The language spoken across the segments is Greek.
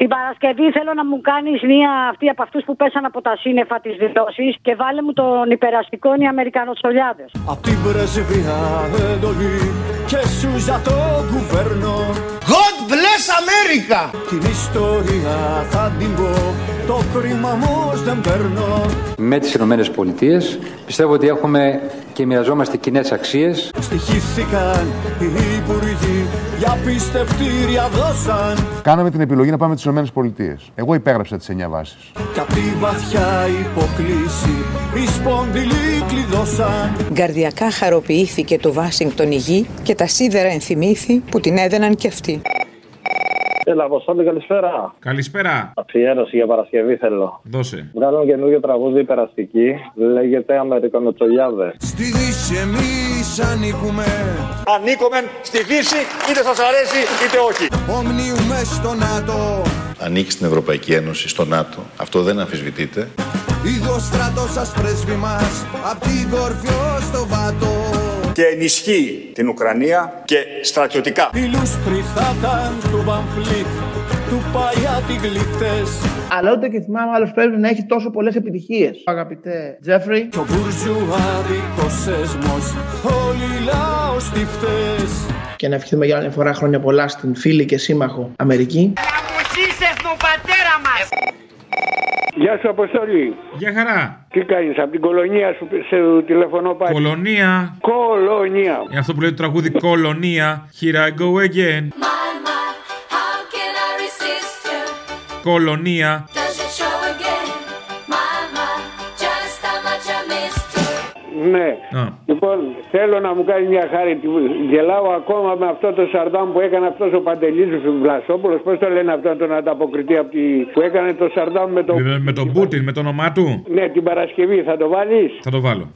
Την Παρασκευή θέλω να μου κάνεις μία αυτή από αυτούς που πέσαν από τα σύννεφα της δηλώσης και βάλε μου τον υπεραστικό είναι οι Αμερικανοτσολιάδε. Απ' την πρεσβεία εντολή και σούζα το κουβέρνο. God bless America! Την ιστορία θα την πω, το κρίμα όμως δεν παίρνω. Με τις Ηνωμένες Πολιτείες πιστεύω ότι έχουμε και μοιραζόμαστε κοινές αξίες. Στοιχήθηκαν οι υπουργοί, για πιστευτήρια δώσαν. Κάναμε την επιλογή να πάμε στις ΗΠΑ. Εγώ υπέγραψα τις 9 βάσεις. Κι απ' τη βαθιά υποκλήση, οι σπονδυλοί κλειδώσαν. Γκαρδιακά χαροποιήθηκε το Βάσιγκτον η γη και τα σίδερα ενθυμήθη που την έδαιναν κι αυτοί. Έλα, Αποστόλη, καλησπέρα. Καλησπέρα. Αφιέρωση για Παρασκευή θέλω. Δώσε. Βγάλω καινούργιο τραγούδι περαστική. Λέγεται Αμερικανοτσολιάδε. Στη δύση εμείς ανήκουμε, Ανήκομεν στη Δύση, είτε σας αρέσει είτε όχι. ομνιούμε στο ΝΑΤΟ. Ανήκει στην Ευρωπαϊκή Ένωση, στο ΝΑΤΟ. Αυτό δεν αμφισβητείται. Είδω στρατό σας πρέσβη μας, απ' την κορφιό στο βάτο. Και ενισχύει την Ουκρανία και στρατιωτικά. Οι λούστροι θα ήταν του Βαμπλίτ, του Παγιάτη γλυκτές Αλλά ούτε και θυμάμαι άλλος πρέπει να έχει τόσο πολλές επιτυχίες. Αγαπητέ Τζέφρι. Κι ο μπουρζουάδικος σέσμος, όλοι λαός τυφτές Και να ευχηθούμε για άλλη φορά χρόνια πολλά στην φίλη και σύμμαχο Αμερική. Γεια σου, Αποστόλη. Γεια χαρά. Τι κάνεις από την κολονία σου, σε τηλεφωνώ πάλι. Κολονία. Κολονία. Είναι αυτό που λέει το τραγούδι Κολονία. Here I go again. My, my, how can I resist you? Κολονία. Does it show again? My, my, just how much I missed you. Ναι. Α. Λοιπόν, θέλω να μου κάνει μια χάρη. Γελάω ακόμα με αυτό το σαρδάμ που έκανε αυτός ο Παντελή Βλασόπουλος. Πώς το λένε αυτό τον ανταποκριτή από τη... που έκανε το σαρδάμ με το. Με- Ε, Με τον Πούτιν, με το όνομά του. Ναι, την Παρασκευή θα το βάλεις. Θα το βάλω.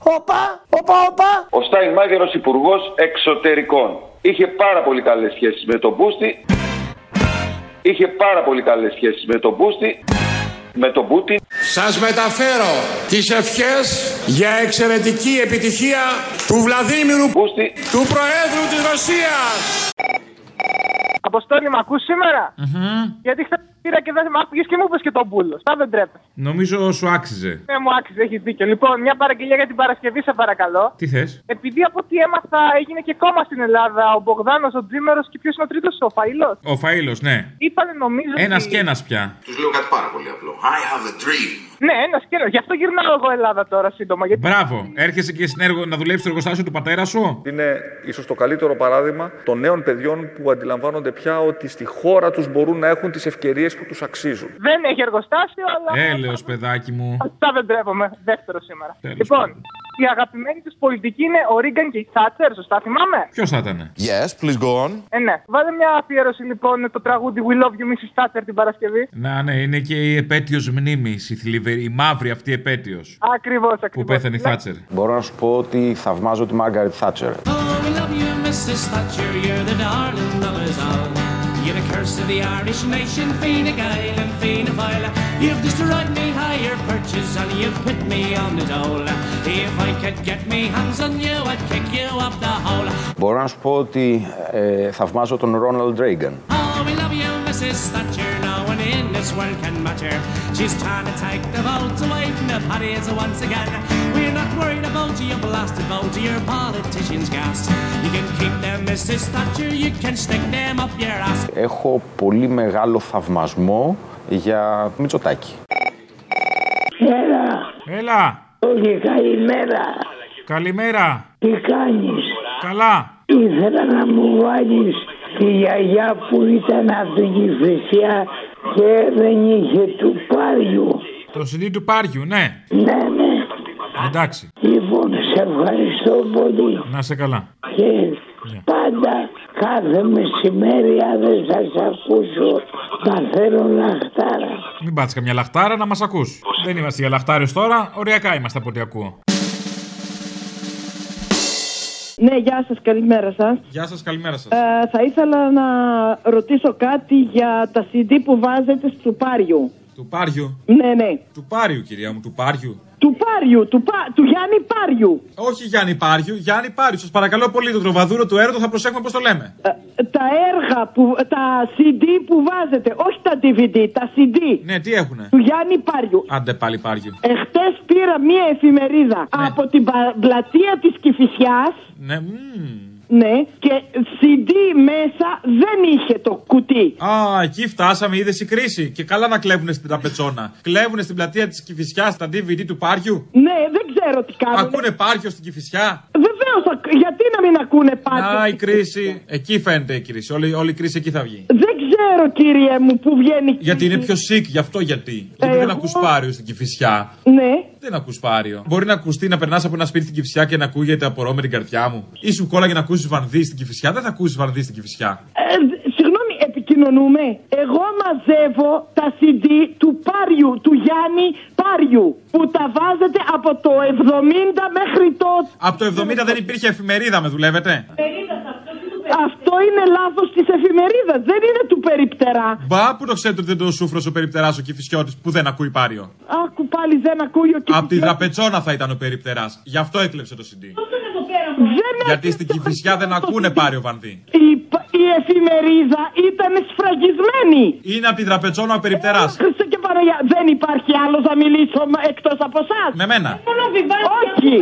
Ο Στάινμάγερος Υπουργός Εξωτερικών. Είχε πάρα πολύ καλές σχέσεις με τον Πούστη. Είχε πάρα πολύ καλές σχέσεις με τον Πούστη. Με τον Πούτιν. Σας μεταφέρω τις ευχές για εξαιρετική επιτυχία του Βλαδίμηρου Πούστη. του Προέδρου της Ρωσίας Αποστόλη, με ακούς σήμερα. Γιατί χθες πήρα και δεν με άκουγες και μου είπες και τον πούλο. Τα δεν τρέπε. Νομίζω σου άξιζε. Ναι, μου άξιζε, έχεις δίκιο. Λοιπόν, μια παραγγελία για την Παρασκευή, σε παρακαλώ. Τι θες. Επειδή από ό,τι έμαθα έγινε και κόμμα στην Ελλάδα, ο Μπογδάνος, ο Τζίμερος και ποιος είναι ο τρίτος, ο Φαήλο. Ο Φαήλος, ναι. Είπανε νομίζω. Ένας ότι- και ένας πια. Τους λέω κάτι πάρα πολύ απλό. I have a dream. Ναι, ένα και ένα. Γι' αυτό γυρνάω εγώ Ελλάδα τώρα σύντομα. Γιατί Μπράβο. Έρχεσαι και στην έργο- να δουλέψεις στο εργοστάσιο του πατέρα σου. Είναι ίσως το καλύτερο παράδειγμα των νέων παιδιών που αντιλαμβάνονται πια ότι στη χώρα τους μπορούν να έχουν τις ευκαιρίες που τους αξίζουν. δεν έχει εργοστάσιο, αλλά. Έλεος παιδάκι μου. Αυτά δεν τρέπομαι. Δεύτερο σήμερα. Τέλος πάντων. λοιπόν, η αγαπημένη του πολιτική είναι ο Ρίγκαν και η Θάτσερ, σωστά θυμάμαι. Ποιος θα ήταν. Yes, please go on. Ε, ναι. Βάλε μια αφιέρωση λοιπόν το τραγούδι We Love You Mrs. Thatcher την Παρασκευή. Να, ναι, είναι και η επέτειος μνήμης, η, θλιβερή- η μαύρη αυτή επέτειος Ακριβώς, ακριβώ. που πέθανε η Θάτσερ. Μπορώ να σου πω ότι θαυμάζω τη Μάργαρετ Θάτσερ. Oh, we love you, Mrs. Thatcher, you're the darling of us all. You're the curse of the Irish nation, Fine Gael and Fianna Fáil. You've destroyed me higher perches and you've put me on the dole. If I could get me hands on you, I'd kick you up the hole. Μπορώ να σου πω ότι ε, θαυμάζω τον Ρόναλντ Ρέιγκαν. Oh, we love you, Mrs. Thatcher, no one in this world can match her. She's trying to take the votes away from the parties once again. We're not worried about your blasted vote, your politicians' gas. You can keep them, Mrs. Thatcher, you can stick them up your ass. Έχω πολύ μεγάλο θαυμασμό για Μητσοτάκη. Έλα! Όχι, καλημέρα. Καλημέρα! Τι κάνεις. Καλά! Ήθελα να μου βάλεις τη γιαγιά που ήταν από την Κυφυσιά και δεν είχε του πάριου. Το CD του Πάριου, ναι! Ναι, ναι. Εντάξει, Λοιπόν, σε ευχαριστώ πολύ. να σε καλά. Ναι. Και πάντα κάθε μεσημέρι αν δεν σας ακούσω να θέλω λαχτάρα. Μην πάτσε καμιά λαχτάρα να μας ακούς. Δεν είμαστε για λαχτάρες τώρα, οριακά είμαστε από ό,τι ακούω. Ναι, γεια σας, καλημέρα σας. Γεια σας, καλημέρα σας. Ε, θα ήθελα να ρωτήσω κάτι για τα CD που βάζετε στο Πάριου. Του Πάριου. Ναι, ναι. Του Πάριου, κυρία μου, του Πάριου. Του Πάριου, του, Πα- του Γιάννη Πάριου. Όχι Γιάννη Πάριου, Γιάννη Πάριου. Σας παρακαλώ πολύ το τροβαδούρο του έρωτο, θα προσέχουμε πώς το λέμε. Ε, Τα έργα, που, τα CD που βάζετε, όχι τα DVD, τα CD. Ναι, τι έχουνε. Του Γιάννη Πάριου. Άντε πάλι Πάριου. Εχθές πήρα μία εφημερίδα από την πα- πλατεία της Κηφισιάς. Ναι, μμ. Ναι, και CD μέσα δεν είχε το κουτί. Α, εκεί φτάσαμε, είδες η κρίση. Και καλά να κλέβουνε στην ταπετσόνα. κλέβουνε στην πλατεία της Κυφυσιά τα DVD του Πάριου. Ναι, δεν ξέρω τι κάνω. Ακούνε Πάριο στην Κυφυσιά. Βεβαίως, γιατί να μην ακούνε πάντα. Α, η κρίση. Εκεί φαίνεται η κρίση. Όλη, όλη η κρίση εκεί θα βγει. Δεν ξέρω, κύριε μου, που βγαίνει. Γιατί είναι πιο sick, γι' αυτό γιατί. Γιατί δεν ακούς Πάριο στην Κυφυσιά. Ναι. Δεν ακούς Πάριο. Μπορεί να ακουστεί να περνάς από ένα σπίτι στην Κυφυσιά και να ακούγεται απορώ με την καρδιά μου. Ή σου κόλλαγε να ακούσεις βανδύ στην Κυφυσιά. Δεν θα ακούσεις βανδύ στην Κυφυσιά. Ε, δ- συγγνώμη, επικοινωνούμε. Εγώ μαζεύω τα CD του Πάριου, του Γιάννη Πάριου, που τα βάζετε από το 70 μέχρι το. Από το 70 δεν υπήρχε εφημερίδα, με δουλεύετε. Αυτό είναι λάθος της εφημερίδας, δεν είναι του Περιπτερά. Μπα που το ξέρετε ότι δεν το σούφρος ο περιπτεράς ο κυφισιώτη που δεν ακούει πάριο. Άκου πάλι δεν ακούει ο Απ' τη δραπετσόνα θα ήταν ο περιπτεράς. Γι' αυτό έκλεψε το CD. Δεν Γιατί στην κυφισιά δεν ακούνε πάριο βανδύ. Η, πα- η εφημερίδα ήταν σφραγισμένη. Είναι απ' τη δραπετσόνα ο περιπτεράς. Χριστέ και Παναγιά, δεν υπάρχει άλλος να μιλήσω μα- εκτός από εσάς. Με μένα. Όχι.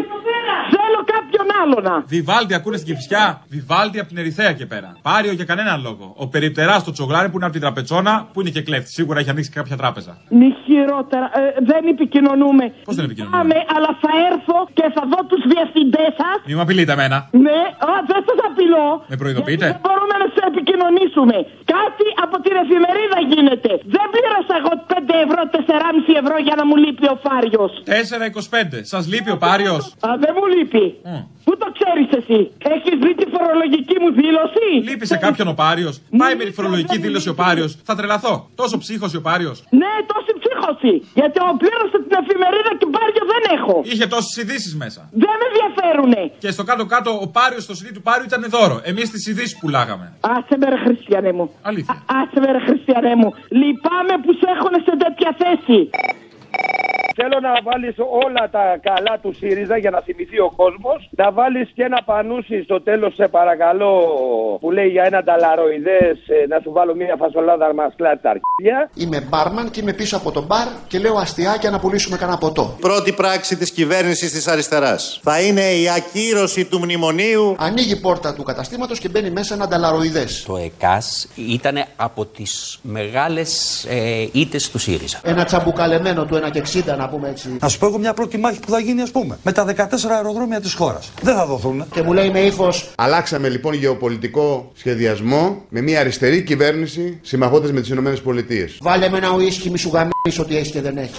Θέλω κάποιον άλλον. Βιβάλτι ακούνε στην κυφισιά. Βιβάλτι από την Ερυθέα και πέρα. Πάριο για κανέναν λόγο. Ο περιπτεράς το τσογλάρι που είναι από τη τραπετσόνα που είναι και κλέφτης. Σίγουρα έχει ανοίξει κάποια τράπεζα. Μη χειρότερα. Ε, δεν επικοινωνούμε. Πώς δεν επικοινωνεί. Πάμε, αλλά θα έρθω και θα δω τους διευθυντές σας. Μη με απειλείτε εμένα. Ναι, α, δεν σας απειλώ. Με προειδοποιείτε. Μπορούμε να σε επικοινωνήσουμε. Κάτι από την εφημερίδα γίνεται. Δεν πήρασα εγώ 5 ευρώ, 4,5 ευρώ για να μου λείπει ο Φάριος. 4-25. Σας λείπει ο πάριος. Α, δεν μου λείπει. Πού το ξέρεις εσύ. Έχεις δει τη φορολογική μου δήλωση. Λείπει σε κάποιον ο Πάριος. Πάει με τη φορολογική δήλωση ο Πάριος. Θα τρελαθώ. Τόσο ψύχος ο Πάριος. Ναι, τόση ψύχωση. Γιατί ο πλήρωσε την εφημερίδα και Πάριο δεν έχω. Είχε τόσες ειδήσεις μέσα. Δεν με ενδιαφέρουνε. Και στο κάτω-κάτω ο Πάριος, το CD του Πάριου ήταν δώρο. Εμείς τις ειδήσεις πουλάγαμε. Άσε με ρε Χριστιανέ μου. Αλήθεια. Α, άσε με ρε Χριστιανέ μου. Λυπάμαι που σε έχουν σε τέτοια θέση. Θέλω να βάλεις όλα τα καλά του ΣΥΡΙΖΑ για να θυμηθεί ο κόσμος. Να βάλεις και ένα πανούσι στο τέλος σε παρακαλώ που λέει για ένα ταλαροειδές ε, να σου βάλω μια φασολάδα μας κλάτι τα αρχίδια. Είμαι μπάρμαν και είμαι πίσω από τον μπαρ και λέω αστιάκια να πουλήσουμε κανένα ποτό. Πρώτη πράξη της κυβέρνησης της αριστεράς θα είναι η ακύρωση του μνημονίου. Ανοίγει η πόρτα του καταστήματος και μπαίνει μέσα ένα ανταλαροειδέ. Το ΕΚΑΣ ήταν από τις μεγάλες ε, ήττες του ΣΥΡΙΖΑ. Ένα τσαμπουκαλεμένο του 1,60 να πούμε έτσι. Να σου πω εγώ μια πρώτη μάχη που θα γίνει, ας πούμε, με τα 14 αεροδρόμια της χώρας. Δεν θα δοθούν. Και μου λέει με ύφος. Αλλάξαμε λοιπόν γεωπολιτικό σχεδιασμό με μια αριστερή κυβέρνηση συμμαχώντας με τις ΗΠΑ. Βάλε με ένα ουίσκι μη σου γαμίσεις ό,τι έχεις και δεν έχεις.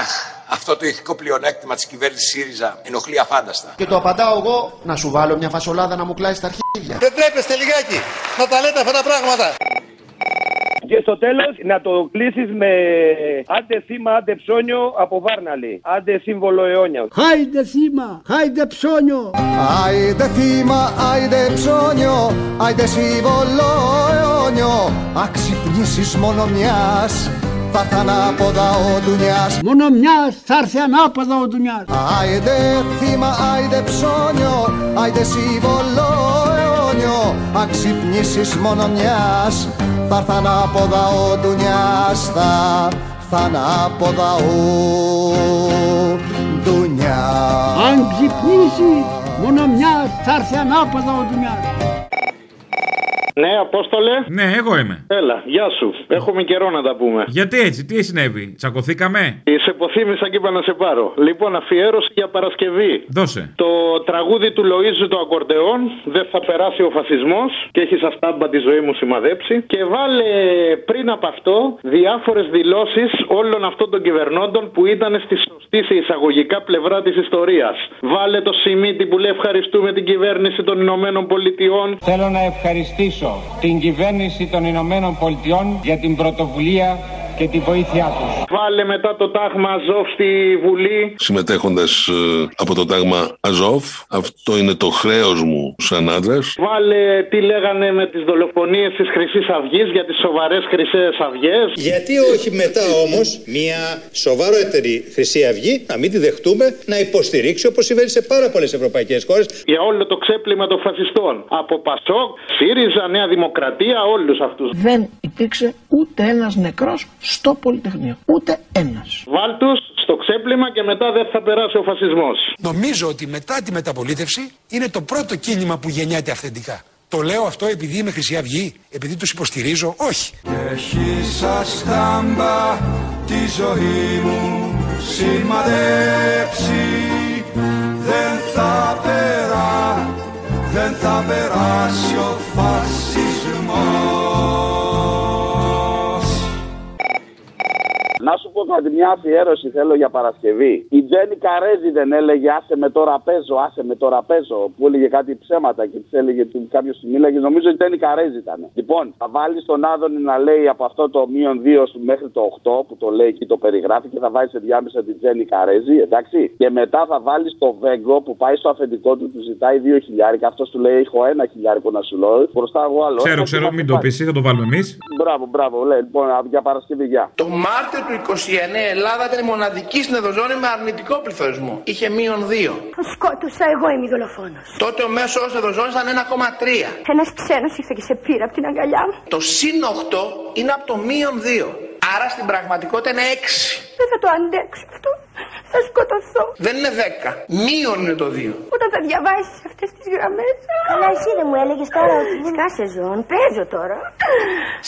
Αχ, αυτό το ηθικό πλεονέκτημα της κυβέρνησης ΣΥΡΙΖΑ ενοχλεί αφάνταστα. Και το απαντάω εγώ να σου βάλω μια φασολάδα να μου κλάει τα αρχίδια. Δεν τρέπεστε λιγάκι να τα λέτε αυτά τα πράγματα. Και στο τέλος να το κλείσεις με άντε θύμα, άντε ψώνιο από Βάρναλη. Άντε σύμβολο αιώνια. Χάιντε θύμα, χάιντε ψώνιο. Άιντε θύμα, άιντε ψώνιο, άιντε σύμβολο αιώνιο Αξυπνήσεις μόνο μιας, θα θα ανάποδα ο Ντουνιάς Μόνο μιας θα έρθει ανάποδα ο Ντουνιάς. Άιντε θύμα, άιντε ψώνιο, άιντε σύμβολο αιώνιο Αξυπνήσεις μόνο μιας, θα έρθει ανάποδα ο Ντουνιάς Θα, θα ανάποδα ο Ντουνιάς Αν ξυπνήσει, μόνο μια θα έρθει ανάποδα ο Ντουνιάς. Ναι, Απόστολε. Ναι, εγώ είμαι. Έλα, γεια σου. Έχουμε καιρό να τα πούμε. Γιατί έτσι, τι συνέβη, τσακωθήκαμε. Ε, Σε υποθύμησα και είπα να σε πάρω. Λοιπόν, αφιέρωση για Παρασκευή. Δώσε. Το τραγούδι του Λοίζου το ακορντεόν Δεν θα περάσει ο φασισμός Και έχει αστάμπα τη ζωή μου σημαδέψει Και βάλε πριν από αυτό Διάφορες δηλώσεις όλων αυτών των κυβερνώντων Που ήταν στη σωστή σε εισαγωγικά πλευρά της ιστορίας Βάλε το Σιμίτι που λέει ευχαριστούμε την κυβέρνηση των Ηνωμένων Πολιτειών Θέλω να ευχαριστήσω την κυβέρνηση των Ηνωμένων Πολιτειών για την πρωτοβουλία και τη βοήθειά τους. Βάλε μετά το τάγμα Αζόφ στη Βουλή. συμμετέχοντας ε, από το τάγμα Αζόφ. Αυτό είναι το χρέος μου σαν άντρας. Βάλε τι λέγανε με τις δολοφονίες της Χρυσής Αυγής για τις σοβαρές Χρυσές Αυγές. Γιατί όχι μετά όμως μια σοβαρότερη Χρυσή Αυγή, να μην τη δεχτούμε, να υποστηρίξει όπως συμβαίνει σε πάρα πολλές ευρωπαϊκές χώρες. Για όλο το ξέπλυμα των φασιστών. Από Πασόκ, ΣΥΡΙΖΑ, Νέα Δημοκρατία, όλους αυτούς. Δεν υπήρξε ούτε ένας νεκρός στο Πολυτεχνείο. Ούτε ένας. Βάλ τους στο ξέπλυμα και μετά δεν θα περάσει ο φασισμός. Νομίζω ότι μετά τη μεταπολίτευση είναι το πρώτο κίνημα που γεννιέται αυθεντικά. Το λέω αυτό επειδή είμαι Χρυσή Αυγή, επειδή τους υποστηρίζω, όχι. Έχει σα στάμπα τη ζωή μου σημαδέψει. Δεν θα περά, δεν θα περάσει ο φασισμός. Να σου πω κάτι, μια αφιέρωση θέλω για Παρασκευή. Η Τζέννη Καρέζη δεν έλεγε Άσε με τώρα παίζω, άσε με τώρα παίζω. Που έλεγε κάτι ψέματα και της έλεγε του κάποιο τη μίλαγε. Νομίζω η Τζέννη Καρέζη ήταν. Λοιπόν, θα βάλει τον Άδωνη να λέει από αυτό το μείον 2 στο- μέχρι το 8 που το λέει και το περιγράφει και θα βάλει σε διάμεσα την Τζέννη Καρέζη, εντάξει. Και μετά θα βάλει το Βέγκο που πάει στο αφεντικό του, του ζητάει 2 χιλιάρικα. Αυτός του λέει: Έχω ένα χιλιάρικο να σου λέω. Μπροστά εγώ άλλο. Ξέρω, ένα και ξέρω, θα μην το πάρει. πει, θα το βάλουμε εμείς. Μπράβο, μπράβο. Λέει, λοιπόν, α, για Παρασκευή, γεια. Το Μάρτιο του 29 η Ελλάδα ήταν η μοναδική στην Ευρωζώνη με αρνητικό πληθωρισμό. Είχε μείον 2. Τον σκότωσα εγώ, είμαι δολοφόνος. Τότε ο μέσος όρος Ευρωζώνης ήταν 1,3. Ένας ξένος ήρθε και σε πήρε από την αγκαλιά μου. Το συν 8 είναι από το μείον 2. Άρα στην πραγματικότητα είναι 6. Δεν θα το αντέξω αυτό. Θα σκοτωθώ. Δεν είναι 10. Μείον είναι το 2. Όταν θα διαβάσεις αυτές τις γραμμές. Καλά, εσύ δεν μου έλεγες τώρα ότι δεν σκάσε ζών. Παίζω τώρα.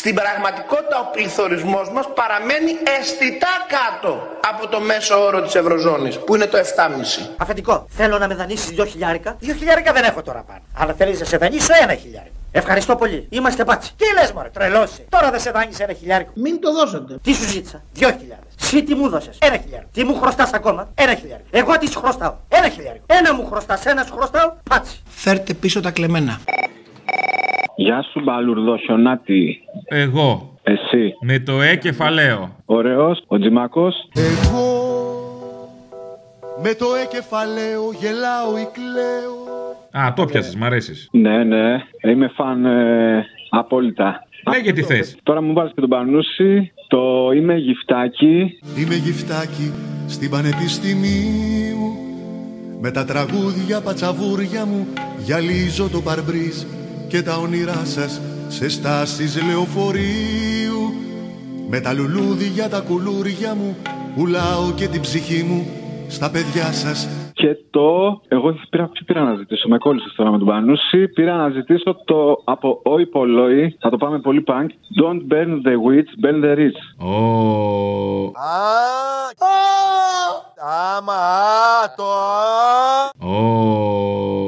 Στην πραγματικότητα ο πληθωρισμός μας παραμένει αισθητά κάτω από το μέσο όρο της Ευρωζώνης που είναι το 7,5. Αφεντικό, θέλω να με δανείσεις δύο χιλιάρικα. Δύο χιλιάρικα δεν έχω τώρα πάνω. Αλλά θέλεις να σε δανείσω ένα χιλιάρικο. Ευχαριστώ πολύ. Είμαστε πάτσι. Τι λες, Μωρέ, τρελώσει. Τώρα δεν σε δάνεισε ένα χιλιάρικο. Μην το δώσετε. Τι σου ζήτησα. Δύο χιλιάδες. Συ τι μου δώσες. Ένα χιλιάρικο. Τι μου χρωστάς ακόμα. Ένα χιλιάρικο. Εγώ τι σου χρωστάω. Ένα χιλιάρικο. Ένα μου χρωστάς. Ένας σου χρωστάω. Πάτσι. Φέρτε πίσω τα κλεμμένα. Γεια σου, Μπαλουρδό Χιονάτη. Εγώ. Εσύ. Με το ε κεφαλαίο. Ωραίος, ο Τζιμακός. Με το εκεφαλαίο γελάω ή κλαίω. Α, το πιάσε, μ' αρέσεις. Ναι, ναι. Είμαι φαν ε, απόλυτα. Λέγε τι Ναι, θες. Τώρα μου βάζει και τον Πανούση. Το είμαι γυφτάκι. Είμαι γυφτάκι στην πανεπιστημίου Με τα τραγούδια πατσαβούρια μου Γυαλίζω το παρμπρίζ Και τα όνειρά σας σε στάσεις λεωφορείου Με τα λουλούδια τα κουλούρια μου Πουλάω και την ψυχή μου Στα παιδιά σας Και το. Εγώ πήρα, τι πήρα να ζητήσω. Με κόλλησες τώρα με τον Πανούση. Πήρα να ζητήσω το από Όι Πολόι. Θα το πάμε πολύ πανκ. Don't burn the witch, burn the rich. Oh. Α, άμα, α, το α. Ω,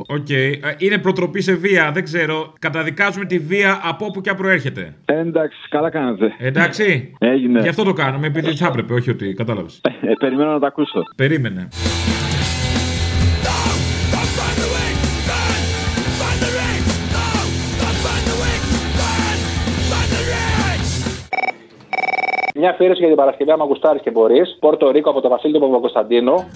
Οκ. Ε, Είναι προτροπή σε βία, δεν ξέρω. Καταδικάζουμε τη βία από όπου και αν προέρχεται. Εντάξει, καλά κάνατε. Εντάξει. Ναι. Έγινε. Γι' αυτό το κάνουμε, επειδή θα έπρεπε, όχι ότι κατάλαβες. Ε, περιμένω να τα ακούσω. Περίμενε. Μια αφιέρωση για την Παρασκευή, άμα γουστάρεις και μπορείς. Πόρτο Ρίκο από το Βασίλη του Παπακοσταντίνου.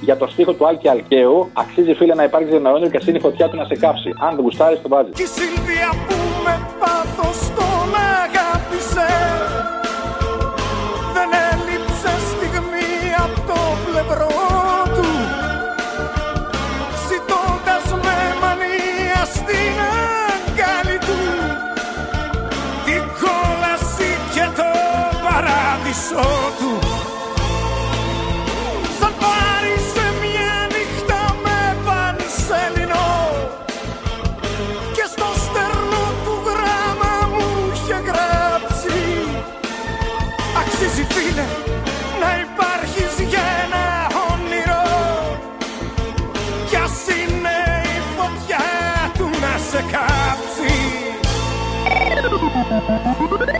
Για το στίχο του Άλκη Αλκαίου, αξίζει φίλε να υπάρξει ένα όνειρο και εσύ είναι η φωτιά του να σε κάψει. Αν δεν γουστάρει, το βάζει. Κι η Σιλβία που με πάθος τον αγάπησε Δεν έλειψε στιγμή από το πλευρό του Ζητώντας με μανία στην αγκάλι του Την κόλαση και το παράδεισό του Σαν πάρει σε μια νύχτα με πανσελινό και στο στερνό του γράμμα μου είχε γράψει Αξίζει φίλε να υπάρχεις για ένα όνειρο Κι ας είναι η φωτιά του να σε κάψει